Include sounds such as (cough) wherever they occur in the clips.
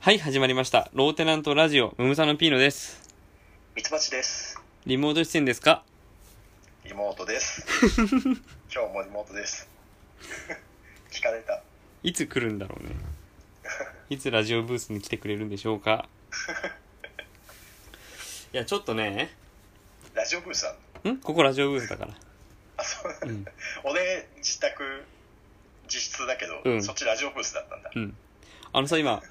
はい、始まりました。ローテナントラジオ、ムムサノピーノです。ミツバチです。リモート出演ですか妹 (laughs) です。今日も妹です。聞かれた。いつ来るんだろうね。いつラジオブースに来てくれるんでしょうかいや、ちょっとね、ラジオブースさん。んここラジオブースだから。あ、そう。うん。俺、自宅、自室だけど、うんそっちラジオブースだったんだ。うん。あのさ、今、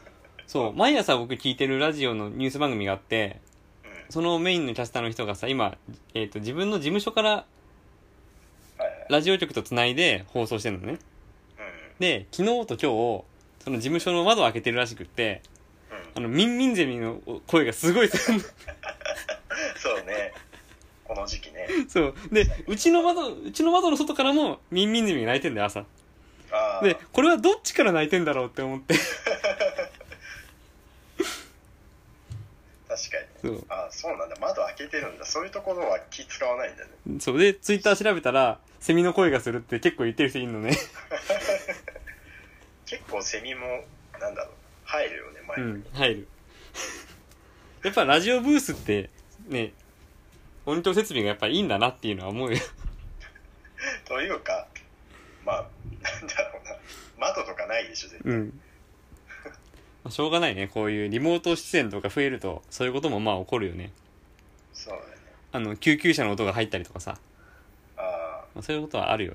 そう、毎朝僕聞いてるラジオのニュース番組があって、うん。そのメインのキャスターの人がさ、今、えっ、と、自分の事務所からはいはい。ラジオ局と繋いで放送してるのね。で、昨日と今日、その事務所の窓を開けてるらしくって、うん。うあの、ミンミンゼミの声がすごいする (laughs) のん。そうね。この時期ね。そう。で、うちの窓、うちの窓の外からもミンミンゼミが泣いてんだよ、朝。ああ。で、これはどっちから泣いてんだろうって思って。確かそに。う。ああ、そうなんだ。窓開けてるんだ。そういうところは気使わないんだね。そう。で、ツイッター調べたら、セミの声がするって結構言ってる人いるのね。結構セミも、なんだろう。入るよね、前うに。ん、入る。 (laughs) やっぱラジオブースって、ね、音響設備がやっぱいいんだなっていうのは思うよ。というか、まあ、なんだろうな。窓とかないでしょ、絶対。うん。まあ、しょうがないね。こういうリモート出演とか増えると、そういうこともまあ起こるよね。そうだね。あの、救急車の音が入ったりとかさ。ああ。まあ、そういうことはあるよ。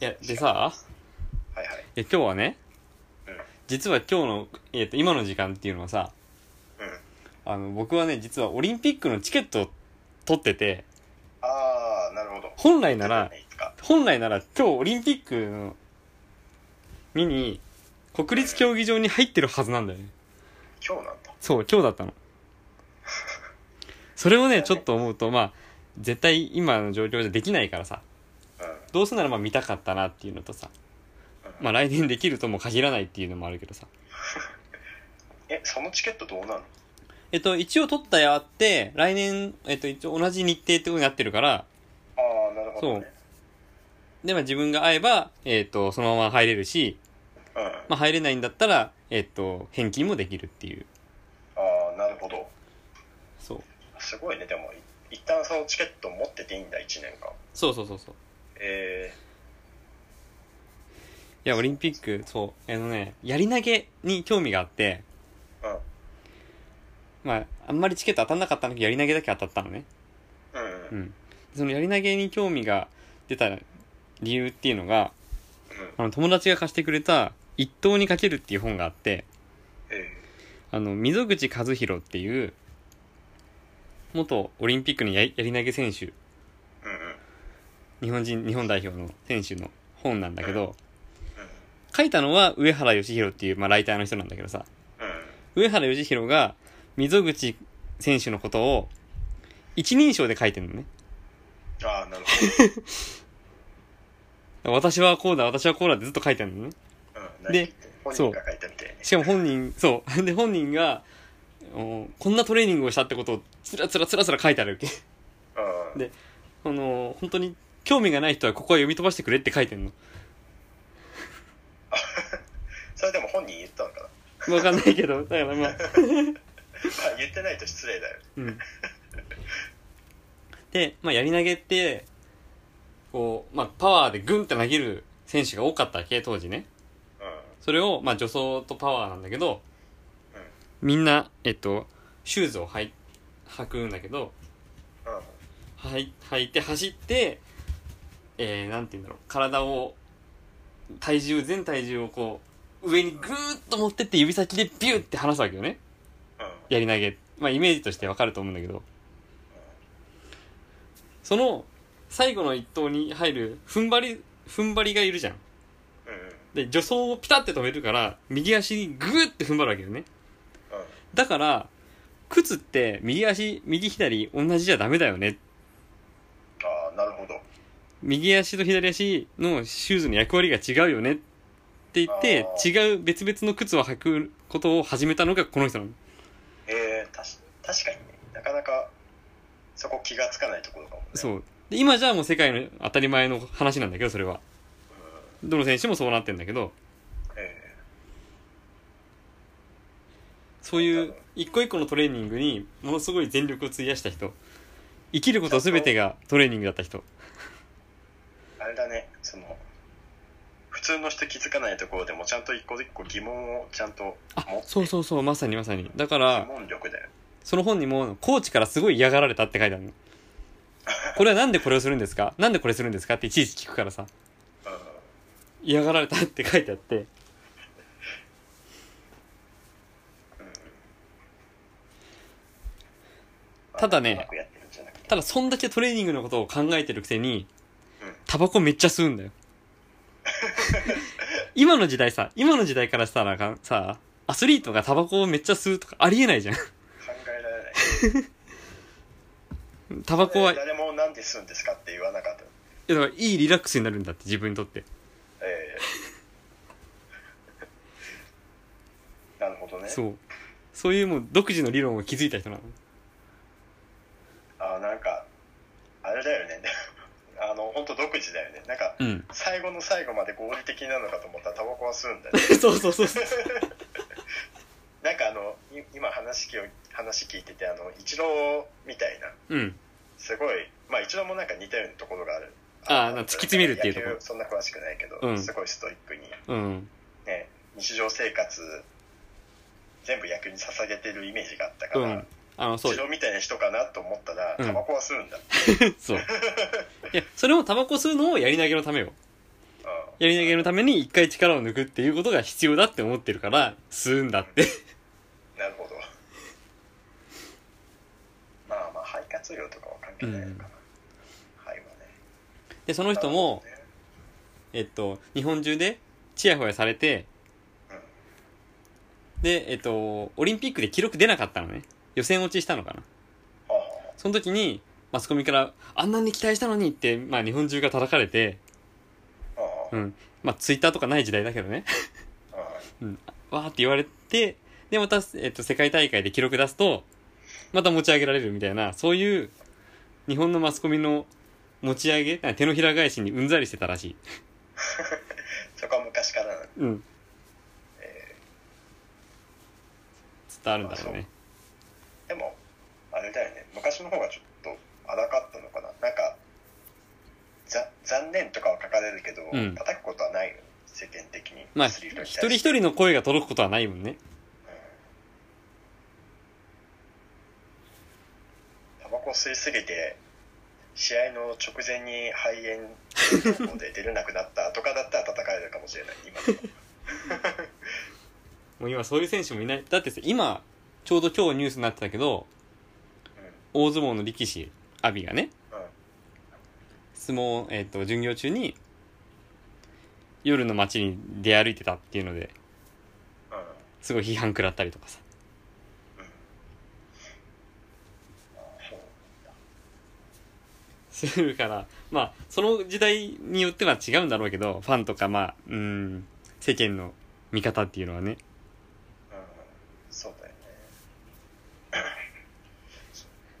いや、でさ、はいはい。いや今日はね、うん。実は今日の、えっ、と、今の時間っていうのはさ、うん。あの、僕はね、実はオリンピックのチケットを取ってて、ああ、なるほど。本来なら出て、いいか本来なら今日オリンピックの、見に、国立競技場に入ってるはずなんだよね。今日なんだ。そう、今日だったの。それをね、ちょっと思うと、まあ、絶対今の状況じゃできないからさ、うん。どうせならまあ見たかったなっていうのとさ、うんまあ来年できるとも限らないっていうのもあるけどさ。え、そのチケットどうなのえっと、一応取ったやって、来年、えっと、一応同じ日程ってことになってるから、ああ、なるほど、ね。で、まあ自分が会えば、えっと、そのまま入れるし、そう。うん。まあ入れないんだったら、えっと、返金もできるっていう。ああ、なるほど。そう。すごいね。でも、い一旦そのチケット持ってていいんだ、1年間。そうそうそうそう。えいや、オリンピック、そう、あのね、やり投げに興味があって、えー。まあ、あんまりチケット当たんなかったんだけど、やり投げだけ当たったのね。うん。うん。ううん。ん。そのやり投げに興味が出た理由っていうのが、あの、友達が貸してくれた、一等にかけるっていう本があって、えあの、溝口和弘っていう、元オリンピックのややり投げ選手、えうんうん。うん。日本人、日本代表の選手の本なんだけど、書いたのは上原義弘っていう、まあ、ライターの人なんだけどさ、うん。上原義弘が溝口選手のことを、一人称で書いてるのね。ああ、なる私はこうだ、私はこうだってずっと書いてるのね。ほど。うん。で本人が書いたみたいね。しかも本人、そう。 (laughs) で、本人が、おこんなトレーニングをしたってことを、つらつらつらつら書いてあるわけ。 (laughs) うん。であの、本当に、興味がない人はここは読み飛ばしてくれって書いてんの。それでも本人言ったのかな。わかんないけど、 (laughs) だからまあ、まあ、言ってないと失礼だよ。うん。で、まあ、やり投げって、こう、まあ、パワーでグンって投げる選手が多かったわけ、当時ね。うそれを、まあ、助走とパワーなんだけど、うんみんな、えっと、シューズを履い履くんだけど、ん。うん。はい、履いて走って、えー、なんて言うんだろう、体を、体重、全体重をこう、上にぐーっと持ってって指先でビューって離すわけよね。うん。やり投げ。まあイメージとしてわかると思うんだけど。その、最後の一投に入る、踏ん張り、踏ん張りがいるじゃん。うん。うん。で、助走をピタって止めるから、右足にぐーって踏ん張るわけよね。うん。だから、靴って右足、右左同じじゃダメだよねああ、なるほど。右足と左足のシューズの役割が違うよねって言ってあ、ー違う別々の靴を履くことを始めたのがこの人なの。えー、たし確かにねなかなかそこ気がつかないところかもねそう。で、今じゃあもう世界の当たり前の話なんだけど、それは。どの選手もそうなってんだけど、えそういう一個一個のトレーニングにものすごい全力を費やした人生きること全てがトレーニングだった人あれだねその普通の人気づかないところでもちゃんと一個一個疑問をちゃんとあ持ってそうそうそうまさにまさにだか疑ら問力だよその本にもコーチからすごい嫌がられたって書いてあるのこれはなんでこれをするんですかなんでこれするんですかっていちいち聞くからさうん嫌がられたって書いてあってただねうまくやってるんじゃなくてただそんだけトレーニングのことを考えてるくせにうんタバコめっちゃ吸うんだよ今の時代さ今の時代からしたらかんさアスリートがタバコをめっちゃ吸うとかありえないじゃ考えられないんタバコはいや誰もなんでするんですかって言わなかっただからいいリラックスになるんだって自分にとってええ (laughs) なるほどねそうそういうもう独自の理論を築いた人なのあなんかあれだよね (laughs) あの本当独自だよねなんか、うん最後の最後まで合理的なのかと思ったらタバコは吸うんだね (laughs) (laughs) そうそうそうそうなんかあのい今話聞き話聞いててあの一郎みたいなうんすごいまあ一郎もなんか似たようなところがあるあーなんか突き詰めるっていうところ野球そんな詳しくないけど、うんすごいストイックにうんね、日常生活全部野球に捧げてるイメージがあったかうら、んあのそう治療みたいな人かなと思ったら、うんタバコは吸うんだ、そう。いや、それもタバコ吸うのをやり投げのためよ。やり投げのために一回力を抜くっていうことが必要だって思ってるから、吸うんだって。なるほどまあまあ肺活量とかは関係ないのかな、肺はね (laughs) で、その人も、えっと、日本中で、チヤホヤされて、で、えっと、オリンピックで記録出なかったのね。予選落ちしたのかな。ああその時に、マスコミから、あんなに期待したのにって、まあ日本中が叩かれて、ああうん。まあツイッターとかない時代だけどね。わーって言われて、で、また、えっと、世界大会で記録出すと、また持ち上げられるみたいな、そういう、日本のマスコミの持ち上げ、あ手のひら返しにうんざりしてたらしい。そこは昔からなんだうん。伝わるんだろうね。でもあれだよね昔の方がちょっと荒かったのかななんかざ残念とかは書かれるけど、うん叩くことはないよ世間的にまあ、アス一リートに対して人一人の声が届くことはないもんね。タバコ吸いすぎて試合の直前に肺炎で出れなくなったとかだったら叩かれるかもしれない今でももう今そういう選手もいない。だってさ、今、ちょうど今日ニュースになってたけど、大相撲の力士、阿炎がね、うんうん相撲、えっ、と、巡業中に、夜の街に出歩いてたっていうので、うんすごい批判食らったりとかさ。そうするから、まあ、その時代によっては違うんだろうけど、ファンとか、まあ、うん、世間の見方っていうのはね。うんそうだよね (coughs)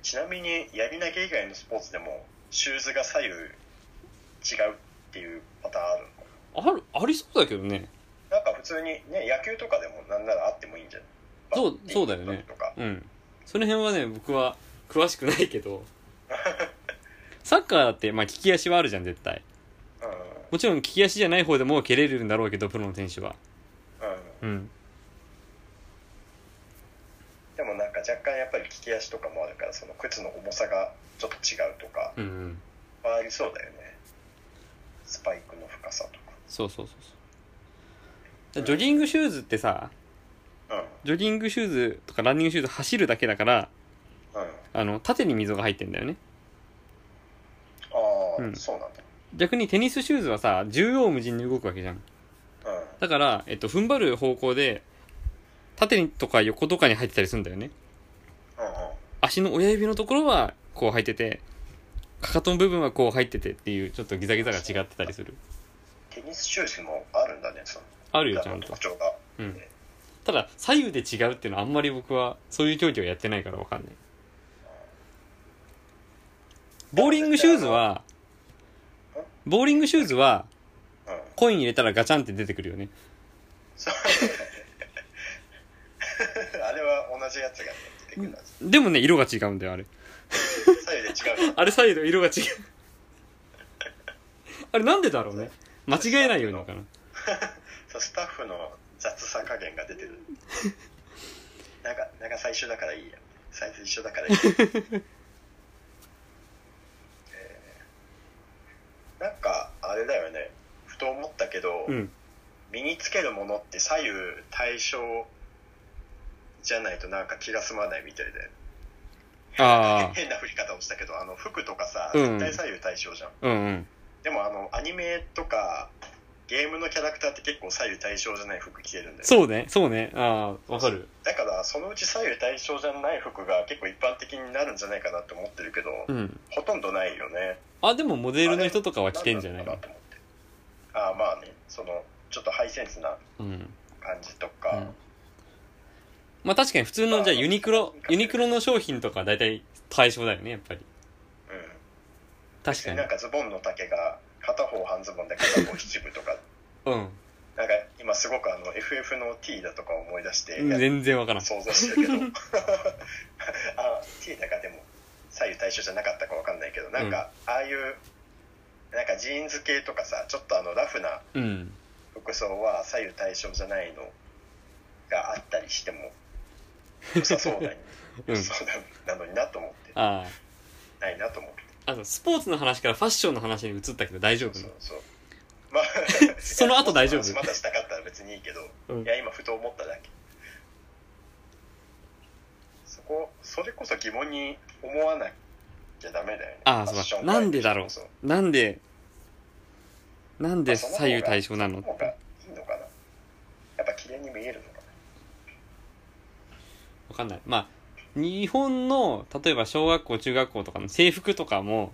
ちなみにやり投げ以外のスポーツでもシューズが左右違うっていうパターンあるのかある、ありそうだけどね。ななんか普通にね野球とかでもなんならあってもいいんじゃないそうバッティングそうだよねとかうん。その辺はね、僕は詳しくないけど。 (laughs) サッカーだって、まあ、利き足はあるじゃん、絶対。うんもちろん、利き足じゃない方でも蹴れるんだろうけど、プロの選手は。うんうん。でもなんか若干やっぱり利き足とかもあるからその靴の重さがちょっと違うとかうん、うん。はありそうだよねスパイクの深さとそうそうそうそう。ジョギングシューズってさ、かジョギングシューズとかランニングシューズ走るだけだから、うんうんあの、縦に溝が入ってんだよね。ああ、うんそうなんだ逆にテニスシューズはさ縦横無尽に動くわけじゃんうんだから、えっと、踏ん張る方向で縦にとか横とかに入ってたりするんだよねうんうん足の親指のところはこう入っててかかとの部分はこう入っててっていうちょっとギザギザが違ってたりするテニスシューズもあるんだねそのあるよちゃんと特徴がうんただ左右で違うっていうのはあんまり僕はそういう競技をやってないからわかんないボーリングシューズはボーリングシューズはうんコイン入れたらガチャンって出てくるよねそう (laughs) あれはじやつが、ね、出てくるはず。でもね、色が違うんだよ、あれ。左右で違うの。あれ左右の色が違う。あれなんでだろうね。間違えないようにかな。そう、スタッフの雑さ加減が出てる。なんか、なんか最初だからいいや。サイズ一緒だから (laughs) いいや。えーなんか、あれだよね。ふと思ったけど、うん。身につけるものって左右対称じゃないとなんか気が済まないみたいで。あ変な振り方をしたけど、あの服とかさ、うん絶対左右対称じゃん。あ。うんうん。でもあの、アニメとか、ゲームのキャラクターって結構左右対称じゃない服着てるんだよ。そうね、そうね。ああ、わかる。だから、そのうち左右対称じゃない服が結構一般的になるんじゃないかなって思ってるけど、うん。ほとんどないよね。あ、でもモデルの人とかは着てんじゃないんだのろうと思って。ああ、まあね、その、ちょっとハイセンスなうん。感じとうかん、まあ確かに普通の、じゃあユニクロま、あユニクロの商品とか大体対象だよね、やっぱり。うん。確かになん。かズボンの丈が片方半ズボ (laughs) ンで片方七分とかうん。なんか今すごくあの FF の T だとか思い出して全然わからん。想像してるけ (laughs) ど (laughs) あ T だかでも左右対称じゃなかったかわかんないけどなんかああいうなんかジーンズ系とかさちょっとあのラフなうん。服装は左右対称じゃないのがあったりしても良さそ (laughs) うだにうん良さそうなのになと思ってあないなと思ってあ。あと、スポーツの話からファッションの話に移ったけど大丈夫そなうの (laughs) そうまあその後大丈夫いやまたしたかったら別にいいけど、うんいや今ふと思っただけそこそれこそ疑問に思わなきゃダメだよねああ、ファッシそョうンだ。なんでだろそうう。なんで、なんでまあその方が左右対称なのその方がいいのかなやっぱ綺麗に見えるのかわかんない。まあ、日本の、例えば小学校、中学校とかの制服とかも、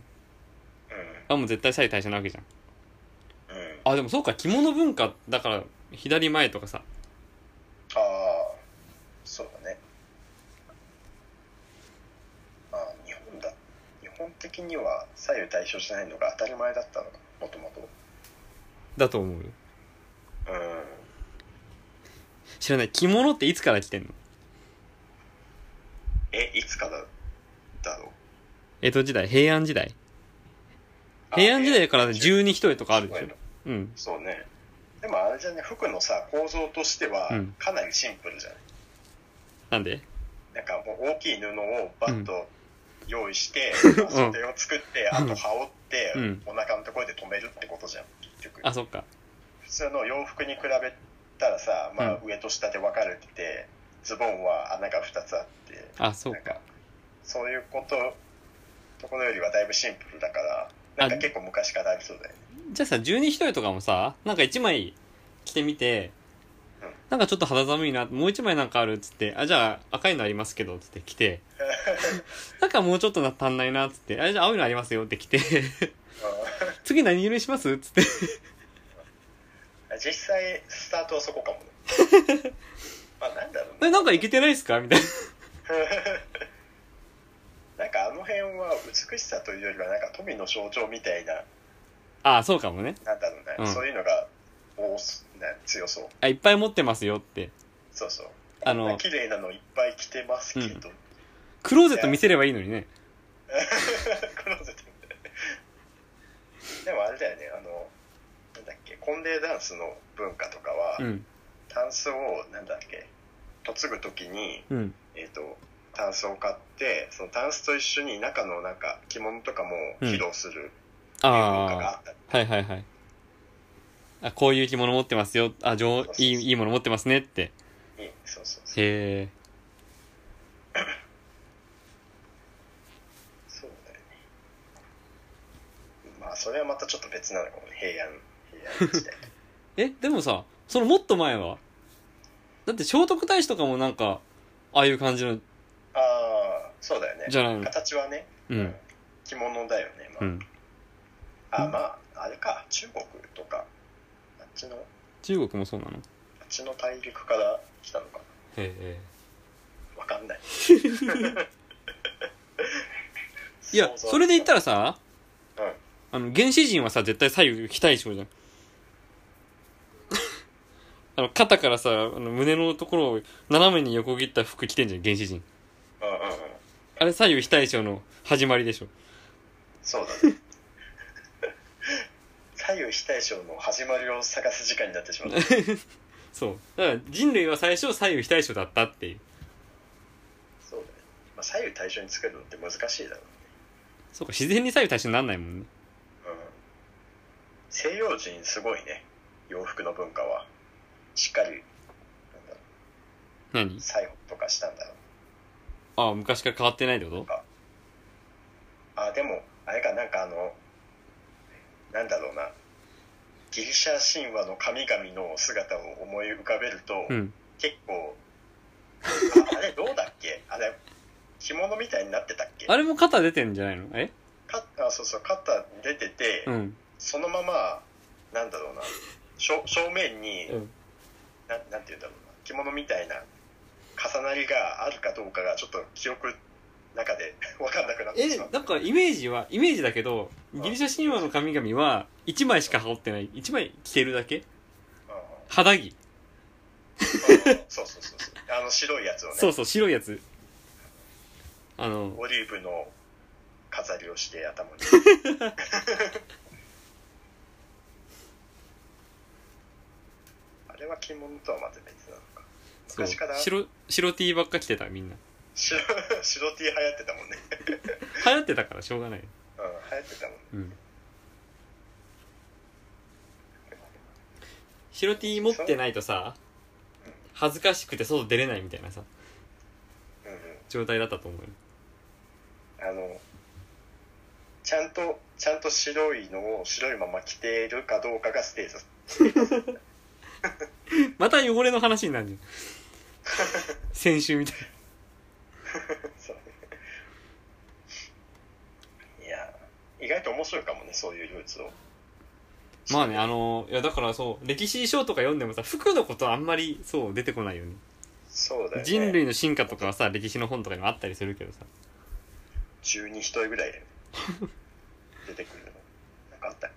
なあ、もう絶対左右対称なわけじゃん。うんうんあ、でもそうか、着物文化、だから、左前とかさ、ああそうだねまあ日本だ日本的には左右対称しないのが当たり前だったのかもともとだと思うよ。うん知らない。着物っていつから着てんのえいつからだろう江戸時代、平安時代。あ平安時代からえー十二一重とかあるでしょ。うん。そうねでもあれじゃね服のさ構造としてはうんかなりシンプルじゃない、なんでなんかもう大きい布をバッと用意して、まあうん袖を作ってあと羽織って、うんお腹のところで止めるってことじゃん結局あ、そっか。普通の洋服に比べたらさ、まあ、上と下で分かれてて、ズボンは穴が2つあってあ、そうなんか。かそういうことところよりはだいぶシンプルだからなんか結構昔からありそうだよねじゃあさ、十二一重とかもさ、なんか一枚着てみてうん、なんかちょっと肌寒いな、もう一枚なんかあるっつって、あ、じゃあ赤いのありますけど、つって着 (laughs) て、なんかもうちょっとな足んないな、つって、あ、じゃあ青いのありますよって着 (laughs) て、次何色にしますつって。うん実際スタートはそこ (laughs) かもねまあなんだろうえなんかいけてないっすかみたいな。なんかあの辺は美しさというよりはなんか富の象徴みたいなあ、そうかもね。なんだろうね、うんそういうのが多すな強そうあ、いっぱい持ってますよって。そうそうあのこんな綺麗なのいっぱい着てますけど、 (laughs) クローゼット見せればいいのにね。クローゼットみたいなでもあれだよねあのなんだっけ婚礼ダンスの文化とかは、うん。タンスをなんだっけ嫁ぐ時にうん。えっ、とタンスを買ってそのタンスと一緒に中のなんか着物とかも披露するあ文化あが。あったり、はいはいはい。あ、こういう着物持ってますよ。あ、上、いい、いいもの持ってますねって。そうそうそうへえ。そうだよねまあそれはまたちょっと別なのかもね平安平 (laughs) 安時代え、でもさ、そのもっと前はだって聖徳太子とかもなんか、ああいう感じの、ああそうだよねじゃないの形はね、うん。着物だよね、まあうん。あまああれか中国とかあっちのあっ中国もそうなのへちの大陸から来たのかえ。なわかんないいや、それで言ったらさ、らうんあの、原始人はさ、絶対左右非対称じゃん。 (laughs) あの、肩からさ、あの胸のところを斜めに横切った服着てんじゃん、原始人。うんうんうんあれ左右非対称の始まりでしょ。そうだね左右非対称の始まりを探す時間になってしまったそう。だから人類は最初左右非対称だったっていう。そうだね、まあ、左右対称に作るのって難しいだろそうか、自然に左右対称になんないもんね。う、うん、西洋人すごいね洋服の文化はしっかりなんだろ何う裁縫とかしたんだろうああ、昔から変わってないってことあでもあれかなんかあのなんだろうなギリシャ神話の神々の姿を思い浮かべると、うん。結構ああれどうだっけあれ着物みたいになってたっけあれも肩出てんじゃないのえかあそうそう肩出てて、うん。そのままなんだろうな正正面に、うんななんて言うんだろうな着物みたいな重なりがあるかどうかがちょっと記憶の中で (laughs) 分かんなくなってえしまっ、たなんかイメージは、イメージだけど、ギリシャ神話の神々は、一枚しか羽織ってない。一枚着てるだけうんうん肌着。うんそうそうそうそうあの白いやつを (laughs) ねそうそう、白いやつ。あの、オリーブの飾りをして頭にあれは着物とはまた別なのかそう昔から白、白 T ばっか着てた、みんな。白白 T 流行ってたもんね、流行ってたからしょうがない。うん、流行ってたもんねうん。白 T 持ってないとさ、恥ずかしくて外出れないみたいなさ、うんうん状態だったと思うよ。あのちゃんとちゃんと白いのを白いまま着ているかどうかがステータスまた汚れの話になるじ (laughs) ゃん。先週みたいな。 (laughs) そういや意外と面白いかもねそういうルーツをまあね、あの、いやだからそう、歴史書とか読んでもさ、服のことあんまりそう出てこないよね。そうだよね人類の進化とかはさ、歴史の本とかにもあったりするけどさ。中に1人ぐらいで出 (laughs) てくるのなんかあったっ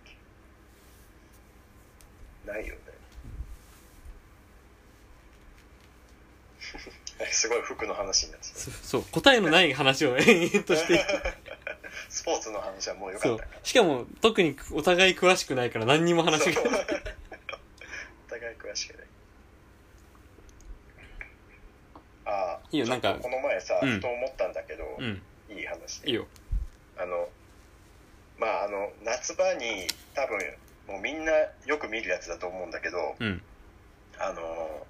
けな (laughs) いよねすごい服の話になってたそそう、答えのない話を延々と (laughs) していく。スポーツの話はもうよかそっうたか。しかも、特にお互い詳しくないから何にもら話 (laughs) そうが。お互い詳しくないああいいよなんかちょっとこの前さ、うんふと思ったんだけど、うん。いい話でいいよ。あのまああの夏場に多分もうみんなよく見るやつだと思うんだけど、うん。あの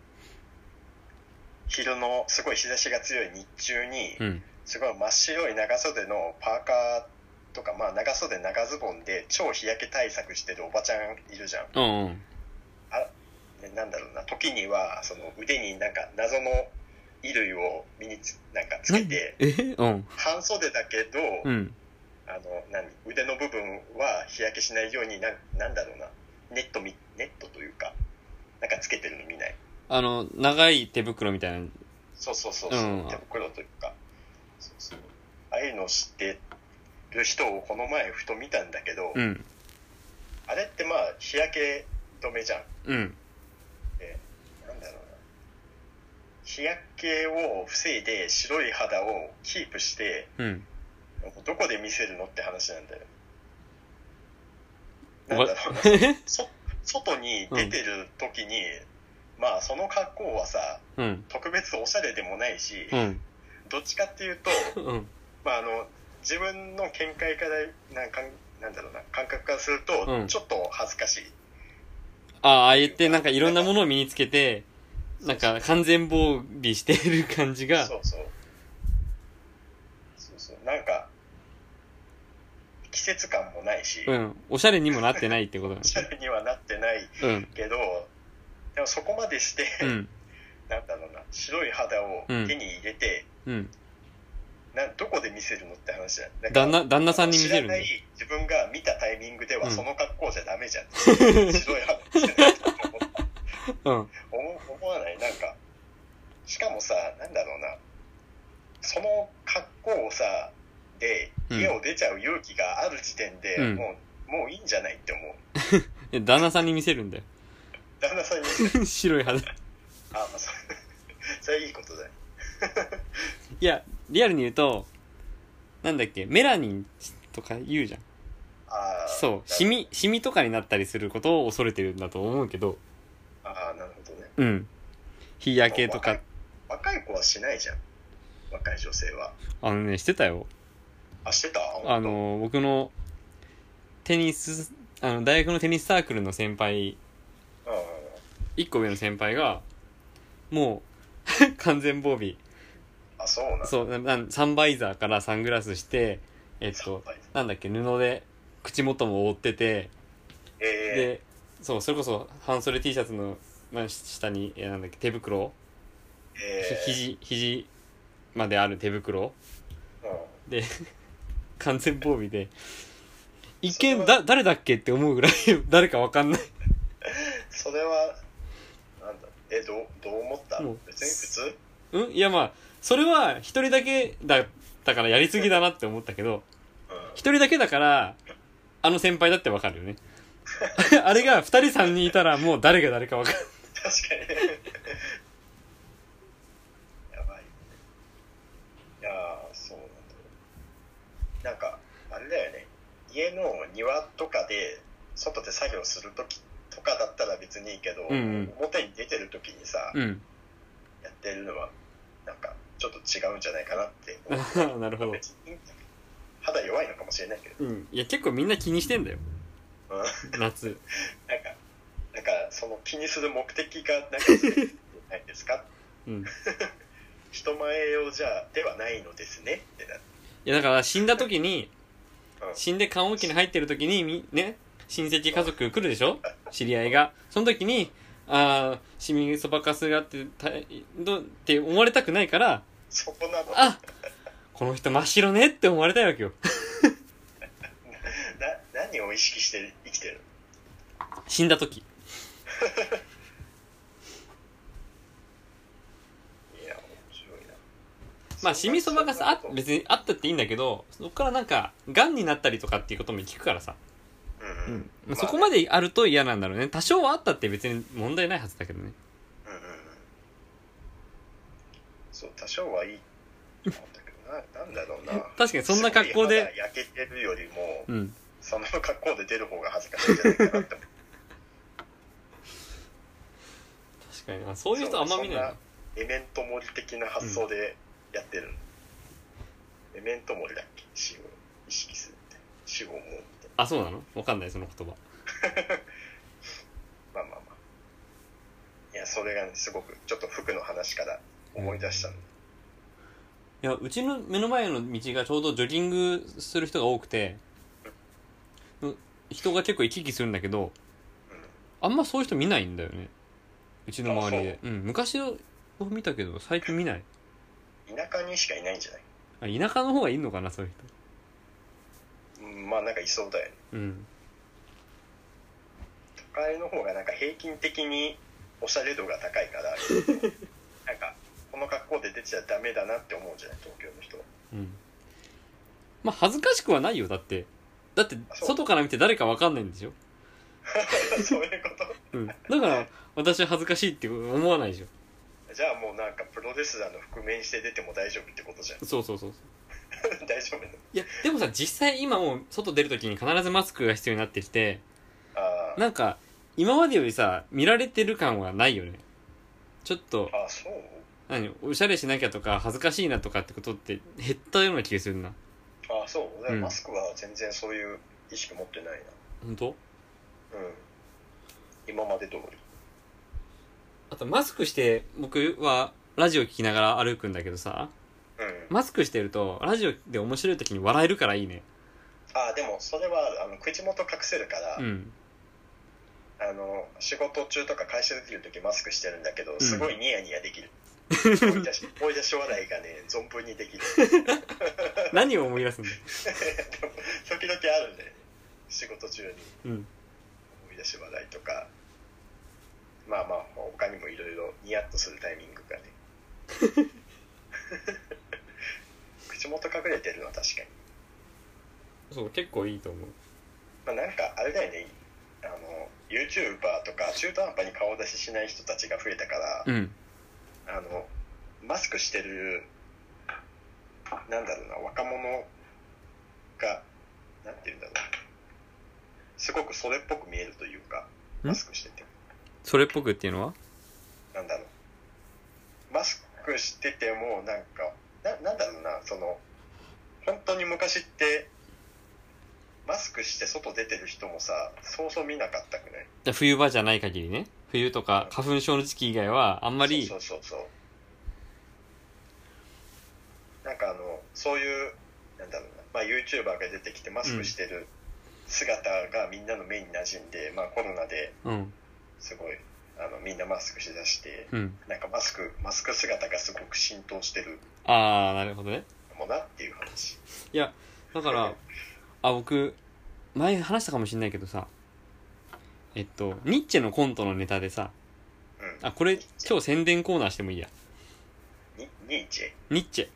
昼のすごい日差しが強い日中に、うん。すごい真っ白い長袖のパーカーとか、まあ、長袖長ズボンで超日焼け対策してるおばちゃんいるじゃん、うんうん。ね、なんだろうな時にはその腕になんか謎の衣類を身につなんかつけてえうん。半袖だけど、うん。あの何腕の部分は日焼けしないようになんなんだろうなネットみネットというかなんかつけてるの見ないあの、長い手袋みたいな。そうそうそうそう、うん手袋というかそうそうああいうのを知ってる人をこの前ふと見たんだけど、うん。あれってまあ日焼け止めじゃんうん。なんだろうな日焼けを防いで白い肌をキープしてうん。どこで見せるのって話なんだよおなんばだろうな (laughs) そ外に出てる時に、まあその格好はさうん。特別おしゃれでもないし、うん。どっちかっていうと、うん。まあ、あの自分の見解からなんかなんだろうな感覚からすると、うんちょっと恥ずかしいああ、ああ言って、なんかいろんなものを身につけて、なんか完全防備してる感じがそ、うそうそうそうなんか季節感もないし、うん。おしゃれにもなってないってことなんおでしすゃれにはなってないうん。けどでもそこまでして、うん。なんだろうな白い肌を手に入れて、うん。などこで見せるのって話じゃんなんか旦那、旦那さんに見せるん知らなで。い自分が見たタイミングでうはんその格好じゃダメ (laughs) じゃん、白い肌 (laughs) 着てないとうん。思思わないなんかしかもさなんだろうなその格好をさでうん家を出ちゃう勇気がある時点で、うんもうもういいんじゃないって思ういや旦那さんに見せるんだよ。 (laughs) 旦那さんに言う白い肌。あ、まあ、それそれいいことだよ。いや、リアルに言うと、なんだっけ、メラニンとか言うじゃん。ああ。そう、シミ、シミとかになったりすることを恐れてるんだと思うけど、ああ、なるほどね。うん。日焼けとか、若い子はしないじゃん。若い女性は。あのね、してたよ。あ、してたあ、の、僕の、テニス、あの、大学のテニスサークルの先輩、うんうんうん。一個上の先輩が、もう、 (laughs) 完全防備。あ、そうなんだ。そう、ななんサンバイザーからサングラスして、えっサンとバイザ、なんだっけ、布で口元も覆ってて、えで、そう、それこそ半袖 T シャツの、まあ、し下に、えーなんだっけ、手袋を、ー、えー、ひ肘、肘まである手袋うん。で、完全防備で、一それ見はだ、誰だっけって思うぐらい、 (laughs) 誰かわかんない。それは、なんだ、え、どう、どう思ったもう別に普通うんいやまあ、それは一人だけだったからやりすぎだなって思ったけど、うん。一人だけだから、あの先輩だってわかるよね。 (laughs) あれが二人三人いたらもう誰が誰かわかる。確かに (laughs) やばいいやーそうなんだなんかあれだよね家の庭とかで外で作業する時とかだったら別にいいけど、うんうん表に出てる時にさ、うん。やってるのはなんかちょっと違うんじゃないかなって思うあ (laughs) なるほど。別に肌弱いのかもしれないけど、うん。いや結構みんな気にしてんだよ。うん、なんか夏。なんかその気にする目的がなんかそれないんで (laughs) すかうん。人前用じゃではないのですねってなっていやだから死んだ時に、うん死んで棺桶に入ってる時にみ、ね、親戚家族来るでしょ知り合いが。その時に、ああ、市民そばかすがあって、たどって思われたくないから、そこなのなあこの人真っ白ねって思われたいわけよ。何を意識して生きてる死んだ時。いや面白いなまあ、シミそばかすあう、ん別にあったっていいんだけど、そこからなんか、癌になったりとかっていうことも聞くからさ。うんうんまあそこまであると嫌なんだろうね。多少はあったって別に問題ないはずだけどね。うんうんうんそう多少はいいと思うんだけどななんだろうな確かにそんな格好すごいで、肌焼けてるよりも、うん。その格好で出る方が恥ずかしいんじゃないかなって思う確かにな。 (laughs) そういう人あんま見ないな。メメントモリ的な発想でやってるの、メメントモリだっけ死を意識するって死を思うみたいなあ、そうなのわかんない、その言葉。まあまあまあ。いや、それがね、すごく、ちょっと服の話から思い出したの。いや、うちの目の前の道がちょうどジョギングする人が多くて、うん人が結構行き来するんだけど、あんまそういう人見ないんだよね。うちの周りで。うん、昔は見たけど、最近見ない。うん、田舎にしかいないんじゃないあ田舎の方がいいのかな、そういう人。うんまあなんかいそうだよね。うん。都会の方がなんか平均的におしゃれ度が高いから、なんか、この格好で出ちゃダメだなって思うんじゃない東京の人 (laughs) は。うん。まあ、恥ずかしくはないよ、だって。だって、あそう外から見て誰かわかんないんでしょそういうことうん。だから、私は恥ずかしいって思わないでしょ。じゃあもうなんかプロレスラーの覆面して出ても大丈夫ってことじゃん。 (laughs) そうそうそう。大丈夫なのいや、でもさ、実際今もう外出るときに必ずマスクが必要になってきて、あーなんか、今までよりさ、見られてる感はないよね。ちょっと、あ、そう何、おしゃれしなきゃとか、恥ずかしいなとかってことって減ったような気がするな。あ、そう。だからうんマスクは全然そういう意識持ってないな。本当うん。今まで通り。あと、マスクして、僕は、ラジオ聞きながら歩くんだけどさ、うん。マスクしてると、ラジオで面白い時に笑えるからいいね。あでもそれはあの口元隠せるから、うん。あの仕事中とか会社できる時マスクしてるんだけどすごいニヤニヤできる、思い出し思い出し笑いがね存分にできる何を思い出すんだよ。時々あるんだよね仕事中にうん。思い出し笑いとかまあまあ他にもいろいろニヤッとするタイミングがね口元隠れてるのは確かにそう、結構いいと思う。まあ、なんかあれだよねあの YouTuber とか中途半端に顔出ししない人たちが増えたから、うん。あのマスクしてるなんだろうな若者がなんて言うんだろうすごくそれっぽく見えるというかんマスクしててそれっぽくっていうのはなんだろうマスクしててもなんかななんだろうなその本当に昔ってマスクして外出てる人もさそうそう見なかったくない冬場じゃない限りね。冬とか花粉症の時期以外は、あんまり、そうそうそうそうなんかあのそういうなんだろうな、まあ、YouTuber が出てきてマスクしてる姿がみんなの目に馴染んで、まあ、コロナでうん、すごいあのみんなマスクしだしてうん。なんかマスクマスク姿がすごく浸透してるあー、なるほどね。のもなっていう話いや、だから、あ、僕、前話したかもしんないけどさ、えっと、ニッチェのコントのネタでさ、うんあ、これ、今日宣伝コーナーしてもいいや。にニーチェニッチェ。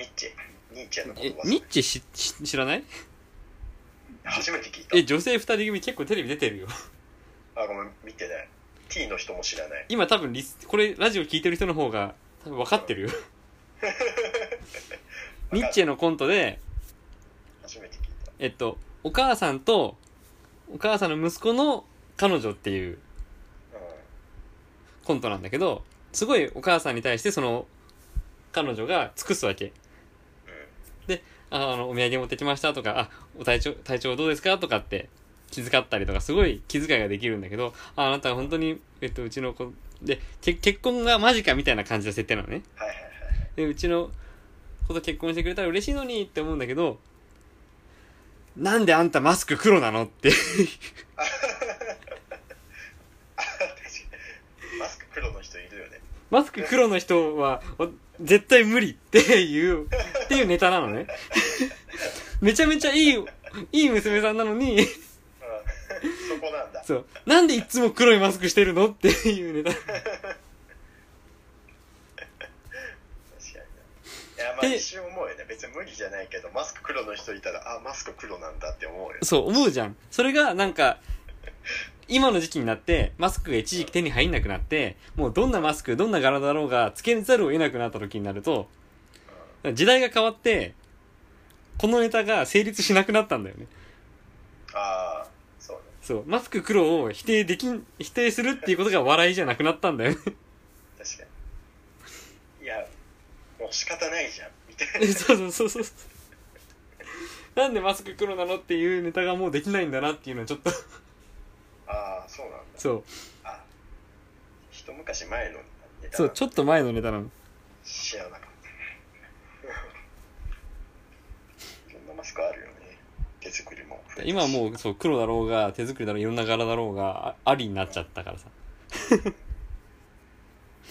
ニーチェニーチェの言え、葉ニッチェし、し知らない初めて聞いたえ、女性二人組結構テレビ出てるよ。あごめん見てない T の人も知らない今多分リス、これ、ラジオ聞いてる人の方が、多分分かってるよ。ニッチェのコントで、初めて聞いたえっと、お母さんと、お母さんの息子の彼女っていううコントなんだけど、すごいお母さんに対してその、彼女が尽くすわけ。んうんああの、お土産持ってきましたとか、あ、お体調、体調どうですかとかって気遣ったりとか、すごい気遣いができるんだけど、あ、あなたは本当に、えっと、うちの子、で、け結婚が間近みたいな感じの設定なのね。はいはいはいで、うちの子と結婚してくれたら嬉しいのにって思うんだけど、なんであんたマスク黒なのって。 (laughs) 確かに (laughs) マスク黒の人いるよねマスク黒の人は、お絶対無理っていう、っていうネタなのね。 (laughs) めちゃめちゃいい、いい娘さんなのに、うん (laughs) そこなんだそう。なんでいつも黒いマスクしてるのっていうネタ。確かにないやまあで一瞬思うよね別に無理じゃないけどマスク黒の人いたらあマスク黒なんだって思うよそう、思うじゃん。それが、なんか、今の時期になって、マスクが一時期手に入んなくなって、もうどんなマスク、どんな柄だろうが、つけざるを得なくなった時になると、時代が変わって、このネタが成立しなくなったんだよね。ああそうねそう、マスク黒を否定できん、否定するっていうことが笑いじゃなくなったんだよね。確かにいやもう仕方ないじゃんみたい (laughs) (laughs) なそうそうそうそうそう。なんでマスク黒なのっていうネタがもうできないんだなっていうのはちょっと、ああそうなんだそう、あ一昔前のネタそう、ちょっと前のネタなの。知らなかったいろんなマスクあるよね手作りも今はもうそう黒だろうが手作りだろういろんな柄だろうがあありになっちゃったからさ、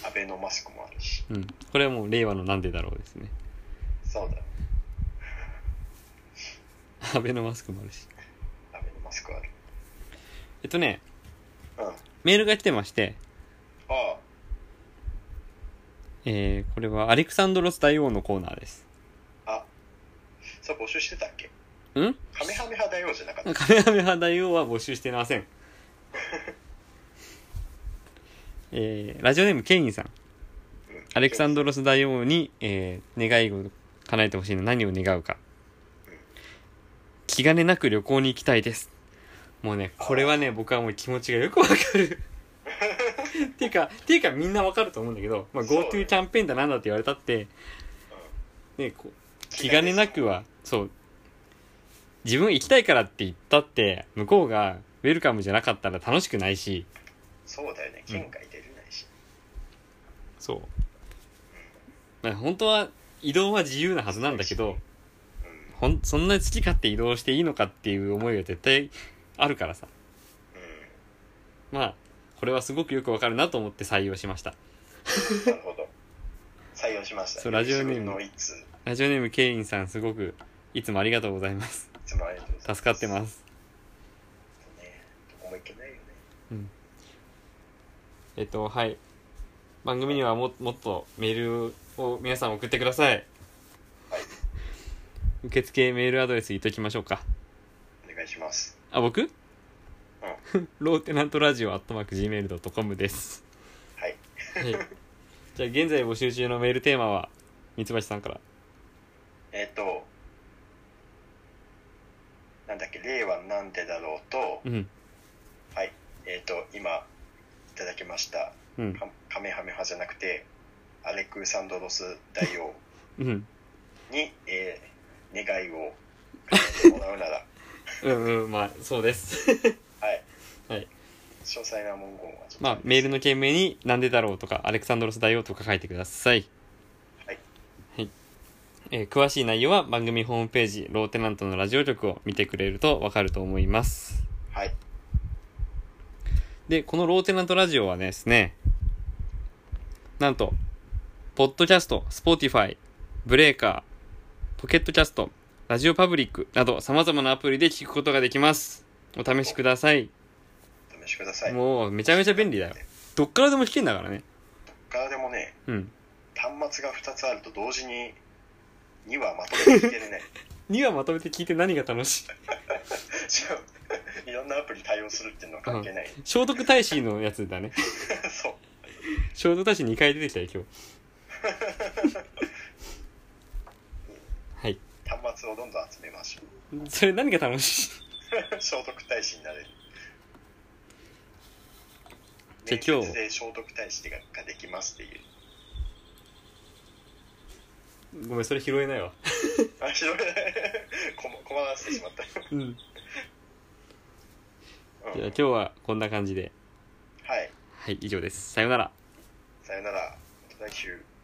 アベノマスクもあるしうん、これはもう令和のなんでだろうですね (laughs) そうだアベノマスクもあるしアベノマスクあるえっとねうんあメールが来てまして、あえー、これはアレクサンドロス大王のコーナーですあそれ募集してたっけんカメハメ派だよじゃなかったカメハメ派大王は募集してませんえー、ラジオネームケインさんアレクサンドドロス大王に、えー願いを叶えてほしいのは何を願うか。気兼ねなく旅行に行きたいです。もうね、これはね、僕はもう気持ちがよくわか (laughs) る。っていうか、っていうかみんなわかると思うんだけど、まあ、そうだね GoTo キャンペーンだなんだって言われたって、ね、こう気兼ねなくは、そう、自分行きたいからって言ったって、向こうがウェルカムじゃなかったら楽しくないし、そうだよね県外出れないし、そう。まあ、本当は移動は自由なはずなんだけど、うんうんほん、そんなに好き勝手移動していいのかっていう思いが絶対あるからさ。まあ、これはすごくよくわかるなと思って採用しました。なるほど採用しました、そうラジオネームのいついラジオネームケインさんすごく、いつもありがとうございます。つもありがとうございます、助かってますす。ね、どこも行けないよねえっと、はい。番組にはも、もっとメールを皆さん送ってください。はい受付メールアドレス言っときましょうか。お願いしますあ、僕うん (laughs) ローテナントラジオアットマーク Gmail.com です。はい。はい。じゃあ現在募集中のメールテーマは、三橋さんから。えっ、と、なんだっけ、令和なんでだろうと、うん。はい。えっ、と、今、いただきました、うん。かカメハメ派じゃなくて、アレクサンドロス大王うん。に、えー願いを叶えてもらう (laughs) なら、うんうん。まあ、そうです。 (laughs) はい。はい。詳細な文言はちょっとまあ、メールの件名に、なんでだろうとか、アレクサンドロス大王とか書いてください。はい。はい。えー詳しい内容は番組ホームページ、ローテナントのラジオ局を見てくれるとわかると思います。はい。で、このローテナントラジオはですね、なんと、ポッドキャスト、スポーティファイ、ブレーカー、ポケットキャスト、ラジオパブリックなど様々なアプリで聞くことができます。お試しください。お試しください。もうめちゃめちゃ便利だよ。どっからでも聞けんだからね。いくらでもね、うん。端末が2つあると同時に2話まとめてい (laughs) けるね。 (laughs) 2話まとめて聞いて何が楽しいしかもいろんなアプリ対応するっていうのは関係ない。聖徳太子のやつだね。 (laughs) そう。聖徳太子2回出てきたよ、今 (laughs) 日。はい。端末をどんどん集めましょう。 (laughs) それ何が楽しい聖徳太子になれる。じゃあ今日面接で聖徳太子ができますっていう。ごめん、それ拾えないわ。あ、ひどい。こま困らせてしまった。うん。うんじゃあ今日はこんな感じで。はい。はい、以上です。さようなら。さよなら。また来週。